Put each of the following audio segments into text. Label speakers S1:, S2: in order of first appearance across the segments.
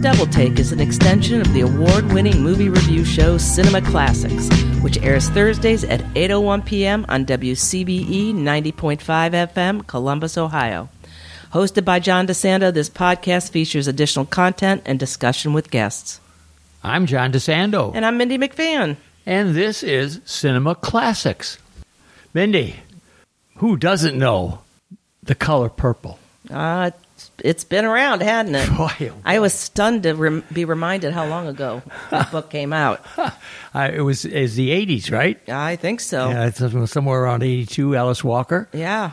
S1: Double Take is an extension of the award winning movie review show Cinema Classics, which airs Thursdays at 8.01 p.m. on WCBE 90.5 FM, Columbus, Ohio. Hosted by John DeSanto, this podcast features additional content and discussion with guests.
S2: I'm John DeSando,
S1: And I'm Mindy McFan.
S2: and this is Cinema Classics. Mindy, who doesn't know the color purple?
S1: Uh, it's- it's been around, hadn't it?
S2: Boy, it-
S1: I was stunned to rem- be reminded how long ago that book came out.
S2: I, it was is the 80s, right?
S1: I think so.
S2: Yeah, it's something- somewhere around 82, Alice Walker.
S1: Yeah.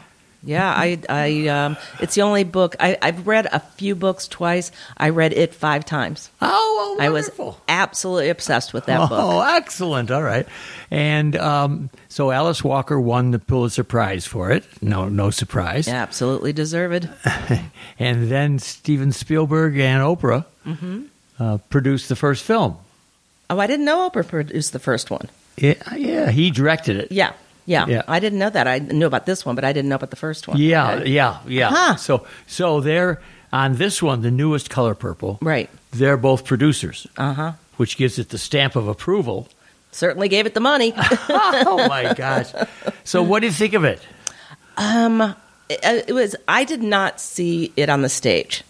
S1: Yeah, I, I, um, it's the only book I, I've read a few books twice. I read it five times.
S2: Oh, well,
S1: I was
S2: wonderful.
S1: absolutely obsessed with that book.
S2: Oh, excellent. All right. And um, so Alice Walker won the Pulitzer Prize for it. No, no surprise.
S1: Absolutely deserved.
S2: And then Steven Spielberg and Oprah
S1: Mm-hmm.
S2: uh, produced the first film.
S1: Oh, I didn't know Oprah produced the first one.
S2: It, yeah, he directed it.
S1: Yeah, yeah,
S2: Yeah.
S1: I didn't know that. I knew about this one, but I didn't know about the first one.
S2: Yeah,
S1: Okay.
S2: yeah, yeah.
S1: Huh.
S2: So, so they're on this one, the newest color purple.
S1: Right.
S2: They're both producers,
S1: Uh huh.
S2: which gives it the stamp of approval.
S1: Certainly gave it the money. Uh,
S2: oh my gosh! So, what do you think of it?
S1: it it was. I did not see it on the stage.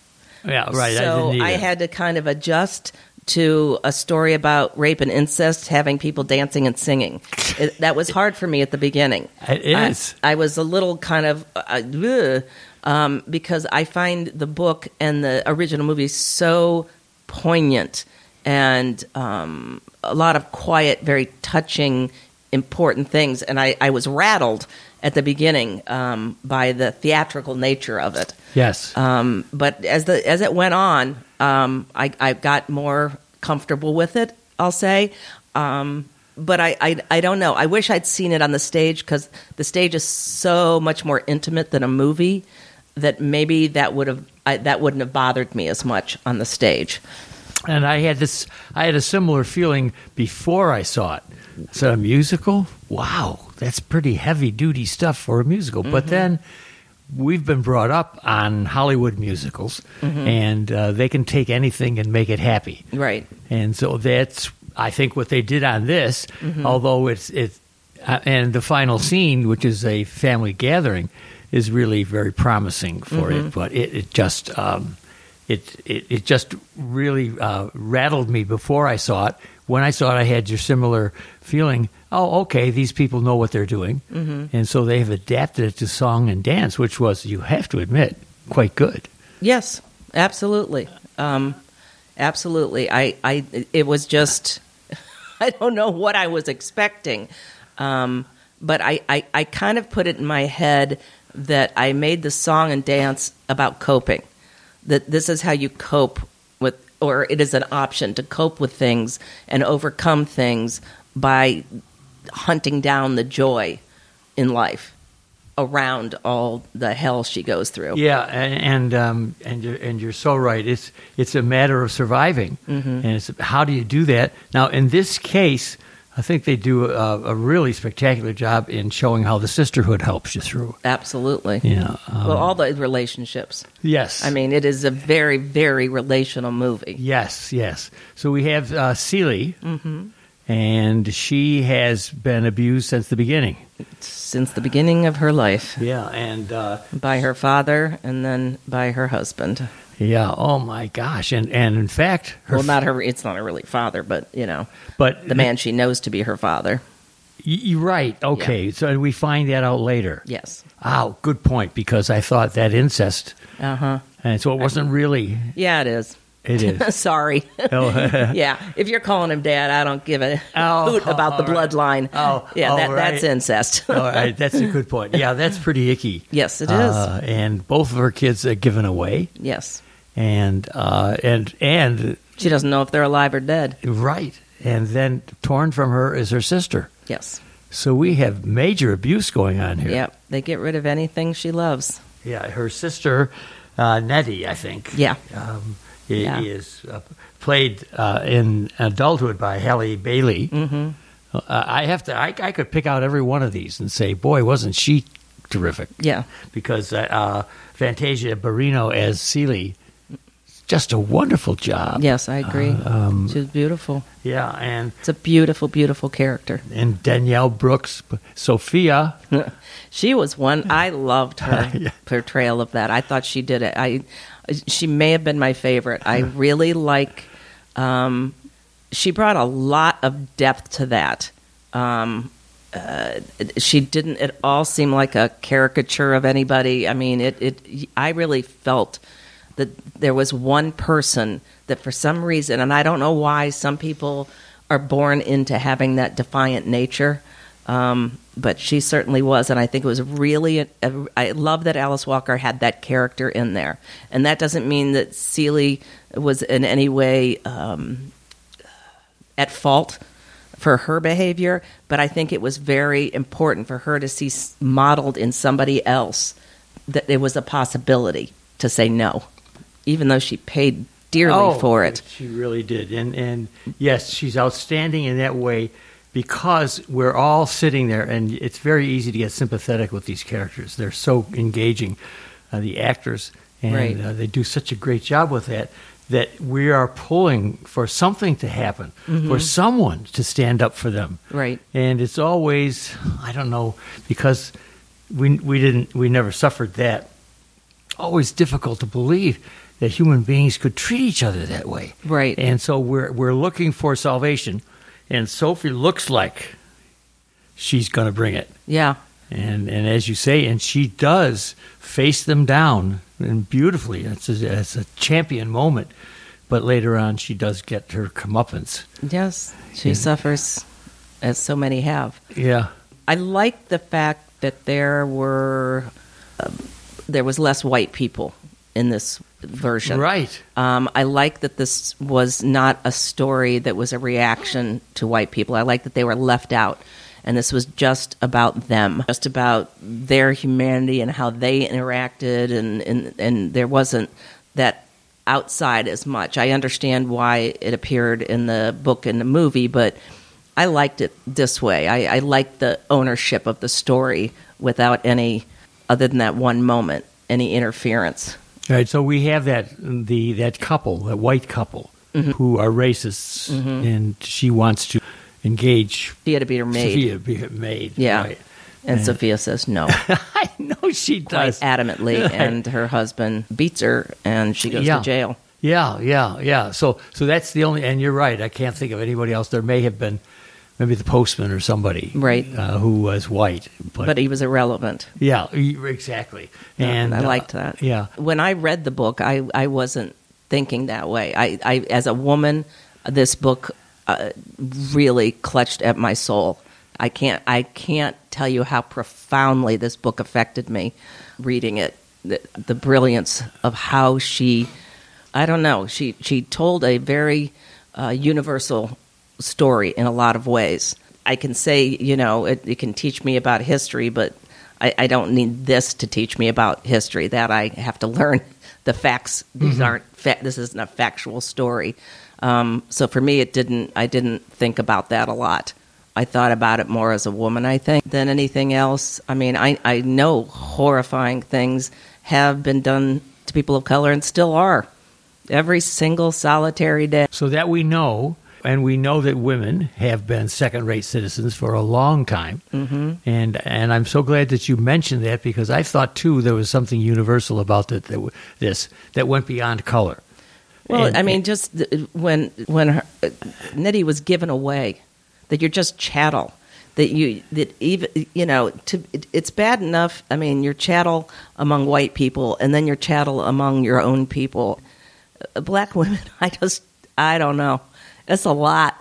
S2: Yeah, right.
S1: So
S2: I, didn't
S1: I
S2: either.
S1: had to kind of adjust to a story about rape and incest, having people dancing and singing. It, that was hard for me at the beginning.
S2: It is.
S1: I, I was a little kind of uh, ugh, um, because I find the book and the original movie so poignant and um, a lot of quiet, very touching, important things. And I, I was rattled at the beginning um, by the theatrical nature of it.
S2: yes.
S1: Um, but as the as it went on, um, I, I got more comfortable with it. I'll say, um, but I, I I don't know. I wish I'd seen it on the stage because the stage is so much more intimate than a movie that maybe that would have I, that wouldn't have bothered me as much on the stage.
S2: and I had this. I had a similar feeling before I saw it. I said, "A musical? Wow, that's pretty heavy duty stuff for a musical." But then. We've been brought up on Hollywood musicals, and uh, they can take anything and make it happy.
S1: Right.
S2: And so that's, I think, what they did on this. Although it's it's uh, and the final scene, which is a family gathering, is really very promising for it. But it, it just um, it, it it just really uh, rattled me before I saw it. When I saw it, I had your similar feeling. Oh, okay, these people know what they're doing, and so they have adapted it to song and dance, which was, you have to admit, quite good.
S1: Yes, absolutely, um, absolutely. I, I, it was just, I don't know what I was expecting, um, but I, I, I kind of put it in my head that I made the song and dance about coping. That this is how you cope with, or it is an option to cope with things and overcome things by hunting down the joy in life around all the hell she goes through.
S2: Yeah, and and, um, and you're and you're so right. It's it's a matter of surviving,
S1: Mm-hmm.
S2: and it's how do you do that? Now, in this case, I think they do a, a really spectacular job in showing how the sisterhood helps you through.
S1: Absolutely.
S2: Yeah. um,
S1: well, all the relationships.
S2: yes.
S1: I mean, it is a very, very relational movie.
S2: Yes, yes. So we have uh, Celie,
S1: Mm-hmm.
S2: and she has been abused since the beginning.
S1: Since the beginning of her life,
S2: Yeah, and uh,
S1: by her father and then by her husband.
S2: yeah. Oh my gosh! And and in fact, her
S1: well, not her. It's not her really father, but you know,
S2: but
S1: the man she knows to be her father.
S2: Y- You're right. Okay, so we find that out later.
S1: Yes.
S2: Oh, good point. Because I thought that incest,
S1: Uh huh.
S2: and so it wasn't really.
S1: Yeah, it is.
S2: It is.
S1: Sorry.
S2: Oh,
S1: yeah. If you're calling him dad, I don't give a
S2: Oh,
S1: hoot about the
S2: all right.
S1: bloodline.
S2: Oh,
S1: yeah.
S2: all
S1: That,
S2: right.
S1: That's incest.
S2: all right, Oh, that's a good point. Yeah, that's pretty icky.
S1: Yes, it is.
S2: Uh, and both of her kids are given away,
S1: yes.
S2: and uh, and and
S1: She doesn't know if they're alive or dead.
S2: right, and then torn from her is her sister.
S1: Yes.
S2: So we have major abuse going on here.
S1: Yep. They get rid of anything she loves.
S2: Yeah, her sister uh, Nettie, I think.
S1: Yeah.
S2: um, i-
S1: Yeah.
S2: is uh, played uh, in adulthood by Halle Bailey. Mm-hmm. Uh, I have to. I, I could pick out every one of these and say, boy, wasn't she terrific?
S1: Yeah.
S2: Because uh, uh, Fantasia Barrino as Celie just a wonderful job.
S1: Yes, I agree.
S2: um,
S1: She's beautiful.
S2: Yeah, and
S1: It's a beautiful, beautiful character.
S2: and Danielle Brooks, Sophia.
S1: She was one. I loved her
S2: Yeah.
S1: portrayal of that. I thought she did it. I she may have been my favorite. I really like. Um, she brought a lot of depth to that. Um, uh, she didn't at all seem like a caricature of anybody. I mean, it. it I really felt that there was one person that for some reason, and I don't know why, some people are born into having that defiant nature. Um, but she certainly was, and I think it was really. a- a- I love that Alice Walker had that character in there, and that doesn't mean that Seeley was in any way um, at fault for her behavior, but I think it was very important for her to see s- modeled in somebody else that there was a possibility to say no, even though she paid dearly for it.
S2: She really did. And and yes, she's outstanding in that way because we're all sitting there and it's very easy to get sympathetic with these characters. They're so engaging, uh, the actors, and
S1: Right.
S2: uh, they do such a great job with that that we are pulling for something to happen, for someone to stand up for them.
S1: Mm-hmm. Right.
S2: And it's always I don't know because we we didn't we never suffered that always difficult to believe that human beings could treat each other that way.
S1: Right.
S2: And so we're we're looking for salvation, and Sophie looks like she's going to bring it.
S1: Yeah.
S2: And and as you say, and she does face them down and beautifully. That's a, that's a champion moment. But later on, she does get her comeuppance.
S1: Yes. She
S2: Yeah.
S1: suffers as so many have.
S2: Yeah.
S1: I like the fact that there were um, there was less white people in this version.
S2: Right.
S1: Um, I like that this was not a story that was a reaction to white people. I like that they were left out, and this was just about them, just about their humanity and how they interacted, and and, and there wasn't that outside as much. I understand why it appeared in the book and the movie, but I liked it this way. I, I liked the ownership of the story without any, other than that one moment, any interference.
S2: All right, so we have that the that couple, that white couple, who are racists, and she wants to engage
S1: Theater Beater made.
S2: Sophia be made.
S1: Yeah.
S2: right.
S1: And
S2: Yeah.
S1: Sophia says no,
S2: I know she
S1: quite
S2: does.
S1: adamantly,
S2: Right.
S1: and her husband beats her, and she goes
S2: Yeah.
S1: to jail.
S2: yeah, yeah, yeah. So, so that's the only. And you're right. I can't think of anybody else. There may have been, maybe the postman or somebody,
S1: Right.
S2: uh, who was white. But,
S1: But he was irrelevant.
S2: yeah, e- exactly. And
S1: I
S2: uh,
S1: liked that.
S2: Yeah,
S1: When I read the book, I, I wasn't thinking that way. I, I as a woman, this book uh, really clutched at my soul. I can't I can't tell you how profoundly this book affected me reading it. The, the brilliance of how she I don't know. She she told a very uh, universal story in a lot of ways. I can say, you know, it, it can teach me about history, but I, I don't need this to teach me about history. That I have to learn the facts. These aren't fa- this isn't a factual story. Um, so for me, it didn't. I didn't think about that a lot. I thought about it more as a woman, I think, than anything else. I mean, I, I know horrifying things have been done to people of color and still are every single solitary day.
S2: So that we know, and we know that women have been second-rate citizens for a long time, mm-hmm. and and I'm so glad that you mentioned that because I thought too there was something universal about that, that w- this that went beyond color.
S1: Well,
S2: And-
S1: I mean, just th- when when her, uh, Nettie was given away, that you're just chattel. That you that even you know to it, it's bad enough. I mean, you're chattel among white people, and then you're chattel among your own people. Uh, Black women, I just I don't know. It's a lot.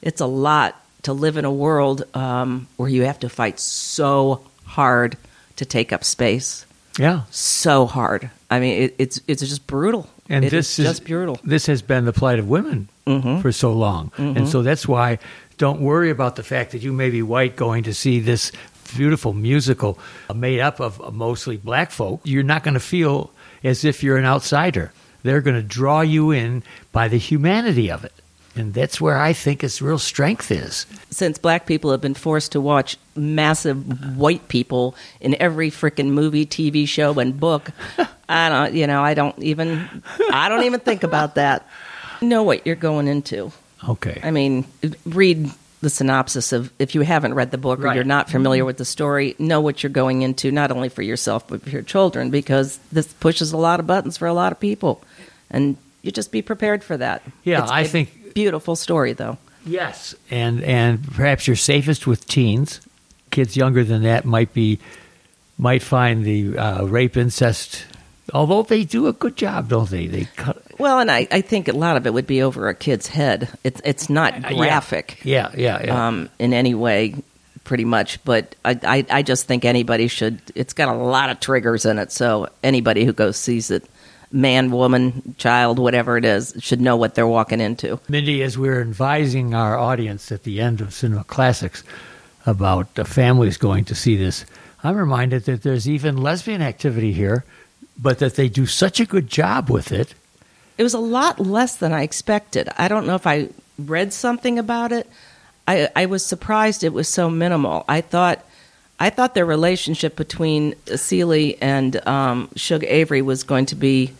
S1: It's a lot to live in a world um, where you have to fight so hard to take up space.
S2: yeah,
S1: So hard. I mean, it, it's it's just brutal.
S2: and
S1: It
S2: this
S1: is
S2: is
S1: just brutal. Mm-hmm.
S2: This has been the plight of women for so long, and so that's why don't worry about the fact that you may be white going to see this beautiful musical made up of mostly black folk. You're not going to feel as if you're an outsider. They're going to draw you in by the humanity of it, and that's where I think its real strength is.
S1: since black people have been forced to watch massive white people in every freaking movie, TV show, and book, I don't, you know, I don't even, I don't even think about that. Know what you're going into.
S2: Okay.
S1: I mean, read the synopsis of if you haven't read the book or
S2: Right.
S1: you're not familiar with the story, know what you're going into, not only for yourself but for your children, because this pushes a lot of buttons for a lot of people, and you just be prepared for that.
S2: Yeah,
S1: It's
S2: I
S1: a
S2: think-
S1: beautiful story though.
S2: Yes, and and perhaps you're safest with teens. Kids younger than that might be might find the uh, rape incest. Although they do a good job, don't they? They cut.
S1: Well, and I, I think a lot of it would be over a kid's head. It's it's not
S2: yeah.
S1: graphic
S2: Yeah, yeah, yeah.
S1: um, in any way, pretty much. But I, I I just think anybody should. It's got a lot of triggers in it, so anybody who goes sees it, man, woman, child, whatever it is, should know what they're walking into.
S2: Mindy, as we're advising our audience at the end of Cinema Classics about the families going to see this, I'm reminded that there's even lesbian activity here, but that they do such a good job with it.
S1: It was a lot less than I expected. I don't know if I read something about it. I, I was surprised it was so minimal. I thought, I thought their relationship between Seeley and um, Suge Avery was going to be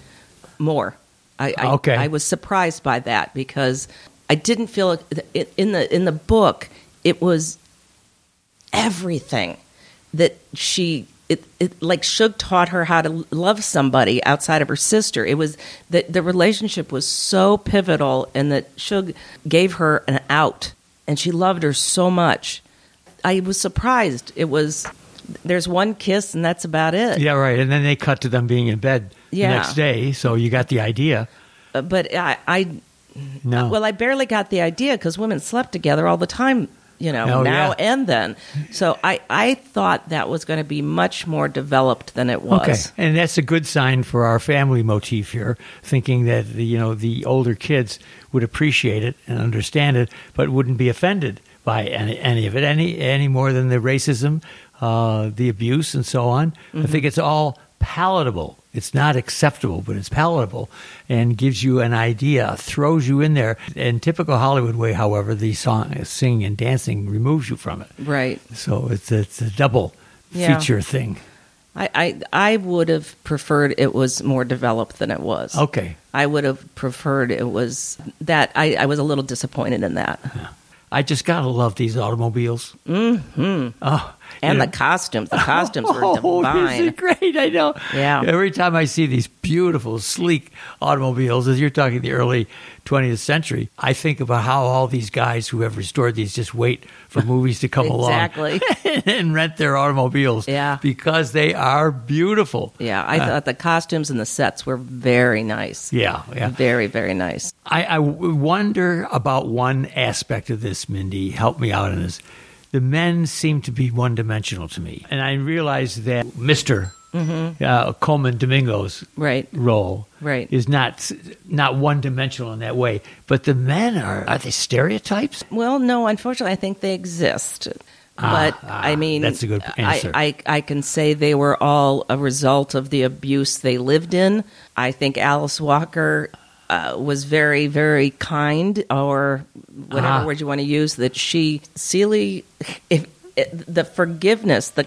S1: more. I, I,
S2: Okay.
S1: I was surprised by that because I didn't feel it- it, in the in the book it was everything that she it, it like Suge taught her how to love somebody outside of her sister. It was that the relationship was so pivotal, and that Suge gave her an out, and she loved her so much. I was surprised. It was there's one kiss, and that's about it.
S2: Yeah, right. And then they cut to them being in bed
S1: Yeah.
S2: the next day, so you got the idea.
S1: Uh, But I, I
S2: No.
S1: well, I barely got the idea because women slept together all the time, you know,
S2: Oh,
S1: now
S2: yeah.
S1: and then. So I, I thought that was going to be much more developed than it was.
S2: Okay, and that's a good sign for our family motif here, thinking that the, you know the older kids would appreciate it and understand it, but wouldn't be offended by any, any of it, any any more than the racism, uh, the abuse, and so on. I think
S1: Mm-hmm.
S2: it's all palatable. It's not acceptable, but it's palatable, and gives you an idea, throws you in there. In typical Hollywood way, however, the song, singing and dancing removes you from it.
S1: Right.
S2: So it's it's a double
S1: Yeah.
S2: feature thing.
S1: I, I, I would have preferred it was more developed than it was.
S2: Okay.
S1: I would have preferred it was that. I, I was a little disappointed in that.
S2: I just gotta love these automobiles. Mm-hmm. Oh,
S1: And
S2: you
S1: the
S2: know-
S1: costumes. The costumes were
S2: Oh, this
S1: divine.
S2: is great! I know.
S1: Yeah.
S2: Every time I see these beautiful, sleek automobiles, as you're talking the early 20th century, I think about how all these guys who have restored these just wait for movies to come
S1: Exactly.
S2: along and rent their automobiles.
S1: Yeah.
S2: because they are beautiful.
S1: Yeah, I
S2: Uh,
S1: thought the costumes and the sets were very nice.
S2: yeah, yeah.
S1: Very, very nice.
S2: I, I w- wonder about one aspect of this, Mindy. Help me out on this. The men seem to be one dimensional to me. And I realize that mister uh, Coleman Domingo's
S1: Right.
S2: role
S1: Mm-hmm. Right.
S2: is not not one dimensional in that way. But the men are, are they stereotypes?
S1: Well, no, unfortunately, I think they exist.
S2: Ah,
S1: But
S2: ah,
S1: I mean,
S2: that's a good answer.
S1: I, I, I can say they were all a result of the abuse they lived in. I think Alice Walker uh, was very, very kind, or whatever
S2: Ah.
S1: word you want to use, that she, Celie, if, it, the forgiveness, the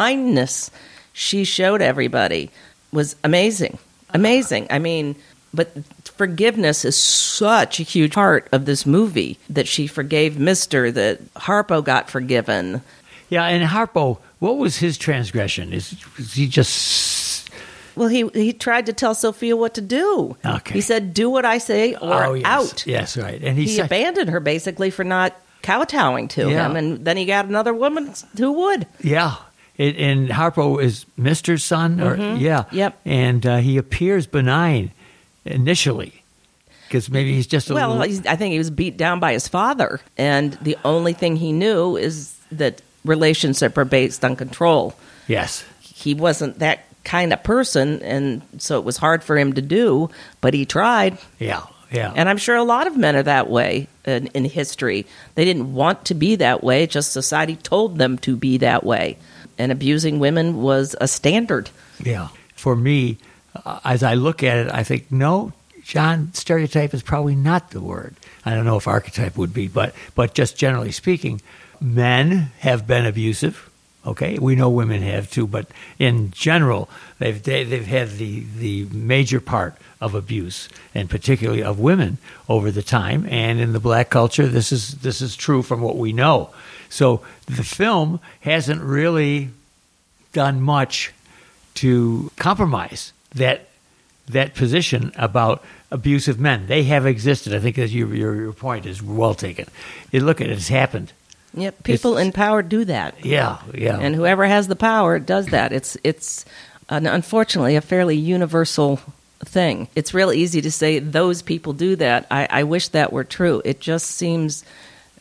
S1: kindness she showed everybody was amazing. Amazing. I mean, but forgiveness is such a huge part of this movie that she forgave Mister, that Harpo got forgiven.
S2: Yeah, and Harpo, what was his transgression? Is, is he just.
S1: Well, he he tried to tell Sophia what to do.
S2: Okay.
S1: He said, "Do what I say, or
S2: oh, yes.
S1: out."
S2: Yes, right. And
S1: He
S2: said-
S1: abandoned her basically for not kowtowing to
S2: Yeah.
S1: him, and then he got another woman who would.
S2: Yeah. It, and Harpo is Mister's son, or yeah,
S1: Mm-hmm. Yep.
S2: And uh, he appears benign initially because maybe he's just a
S1: Well,
S2: little.
S1: he's, I think he was beat down by his father, and the only thing he knew is that relationships are based on control.
S2: yes,
S1: He wasn't that kind of person, and so it was hard for him to do, but he tried.
S2: yeah, yeah,
S1: And I'm sure a lot of men are that way in, in history. They didn't want to be that way, just society told them to be that way. And abusing women was a standard.
S2: yeah. For me, uh, as I look at it, I think no, John stereotype is probably not the word. I don't know if archetype would be, but but just generally speaking, men have been abusive. Okay, we know women have too, but in general, they've they, they've had the the major part of abuse, and particularly of women over the time. And in the black culture, this is this is true from what we know. So the film hasn't really done much to compromise that that position about abusive men. They have existed. I think as you, your your point is well taken. You look at it, it's happened.
S1: Yeah, people in power do that.
S2: Yeah, yeah.
S1: and whoever has the power does that. It's it's an, unfortunately a fairly universal thing. It's real easy to say those people do that. I, I wish that were true. It just seems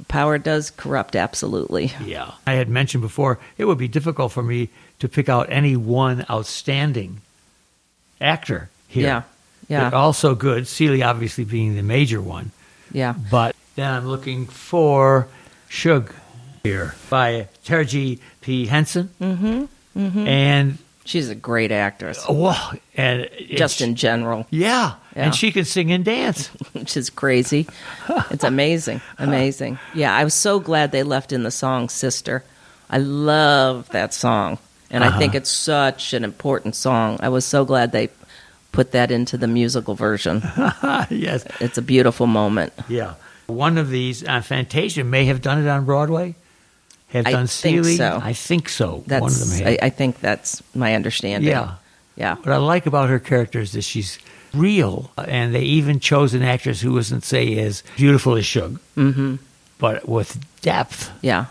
S1: power does corrupt absolutely.
S2: yeah. I had mentioned before it would be difficult for me to pick out any one outstanding actor here.
S1: Yeah, yeah,
S2: They're all so good. Celia obviously being the major one.
S1: yeah.
S2: But then I'm looking for Shug here by Terji P. Henson. Mm-hmm. mm-hmm. And
S1: She's a great actress,
S2: wow, and Oh, it's-
S1: just in general,
S2: yeah,
S1: Yeah.
S2: and she can sing and dance.
S1: which is crazy. It's amazing, amazing. Yeah, I was so glad they left in the song "Sister." I love that song, and I think it's such an important song. I was so glad they put that into the musical version.
S2: yes,
S1: It's a beautiful moment.
S2: yeah. One of these, uh, Fantasia may have done it on Broadway. Have
S1: I
S2: done
S1: think
S2: Celia.
S1: so.
S2: I think so.
S1: That's
S2: One of them. Had.
S1: I, I think that's my understanding.
S2: yeah.
S1: yeah,
S2: What I like about her character is that she's real, and they even chose an actress who wasn't, say, as beautiful as Shug, mm-hmm. but with depth.
S1: yeah.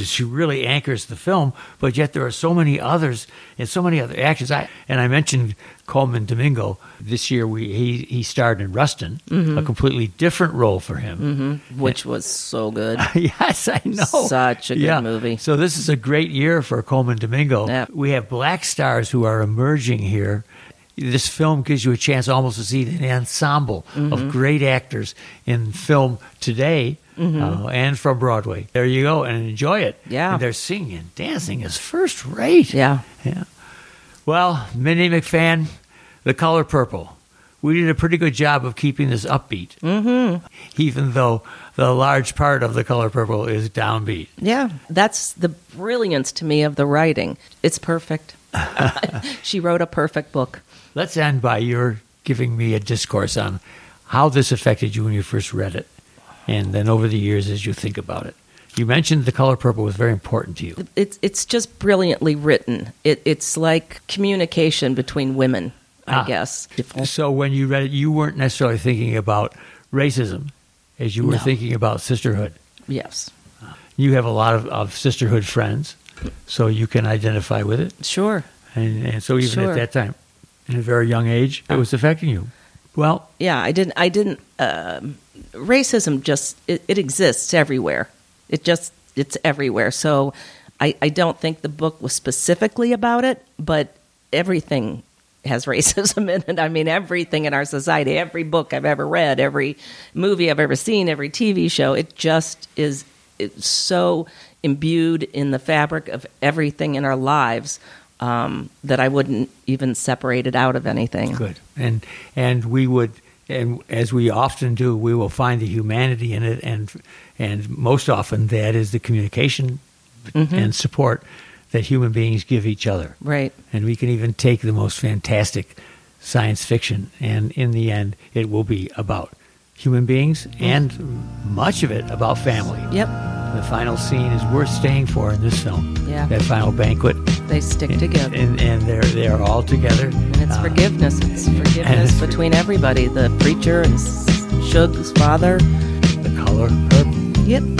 S2: She really anchors the film, but yet there are so many others and so many other actors. I and I mentioned Coleman Domingo this year. We he he starred in Rustin, a completely different role for him.
S1: Which was so good.
S2: yes, I know.
S1: Such a good
S2: Yeah.
S1: movie.
S2: So this is a great year for Coleman Domingo.
S1: Yeah.
S2: We have black stars who are emerging here. This film gives you a chance almost to see an ensemble
S1: Mm-hmm.
S2: of great actors in film today uh, and from Broadway. There you go, and enjoy it.
S1: Mm-hmm. Yeah.
S2: And they're singing and dancing is first rate.
S1: Yeah.
S2: Yeah. Well, Minnie McFan, The Color Purple. We did a pretty good job of keeping this upbeat. Mm-hmm. Even though the large part of The Color Purple is downbeat.
S1: Yeah, that's the brilliance to me of the writing. It's perfect. she wrote a perfect book.
S2: Let's end by your giving me a discourse on how this affected you when you first read it, and then over the years as you think about it. You mentioned The Color Purple was very important to you.
S1: It's it's just brilliantly written. It it's like communication between women, I
S2: Ah.
S1: guess.
S2: So when you read it, you weren't necessarily thinking about racism as you were
S1: No.
S2: thinking about sisterhood.
S1: Yes.
S2: you have a lot of, of sisterhood friends, so you can identify with it.
S1: Sure.
S2: And, and so even
S1: Sure.
S2: at that time, in a very young age, it was affecting you. Well,
S1: yeah i didn't i didn't um racism just it, it exists everywhere it just it's everywhere so I, I don't think the book was specifically about it but everything has racism in it i mean everything in our society every book i've ever read every movie i've ever seen every tv show it just is it's so imbued in the fabric of everything in our lives um, that i wouldn't even separate it out of anything
S2: good. And and we would and as we often do, we will find the humanity in it and and most often that is the communication and support that human beings give each other.
S1: Mm-hmm. right
S2: And we can even take the most fantastic science fiction, and in the end, it will be about human beings and much of it about family.
S1: yep
S2: The final scene is worth staying for in this film.
S1: Yeah.
S2: That final banquet.
S1: They stick together.
S2: And,
S1: And,
S2: and they're, they're all together.
S1: it's
S2: Uh,
S1: forgiveness. It's forgiveness
S2: it's-
S1: between everybody. The preacher and S- Shug's father.
S2: The color purple.
S1: Yep.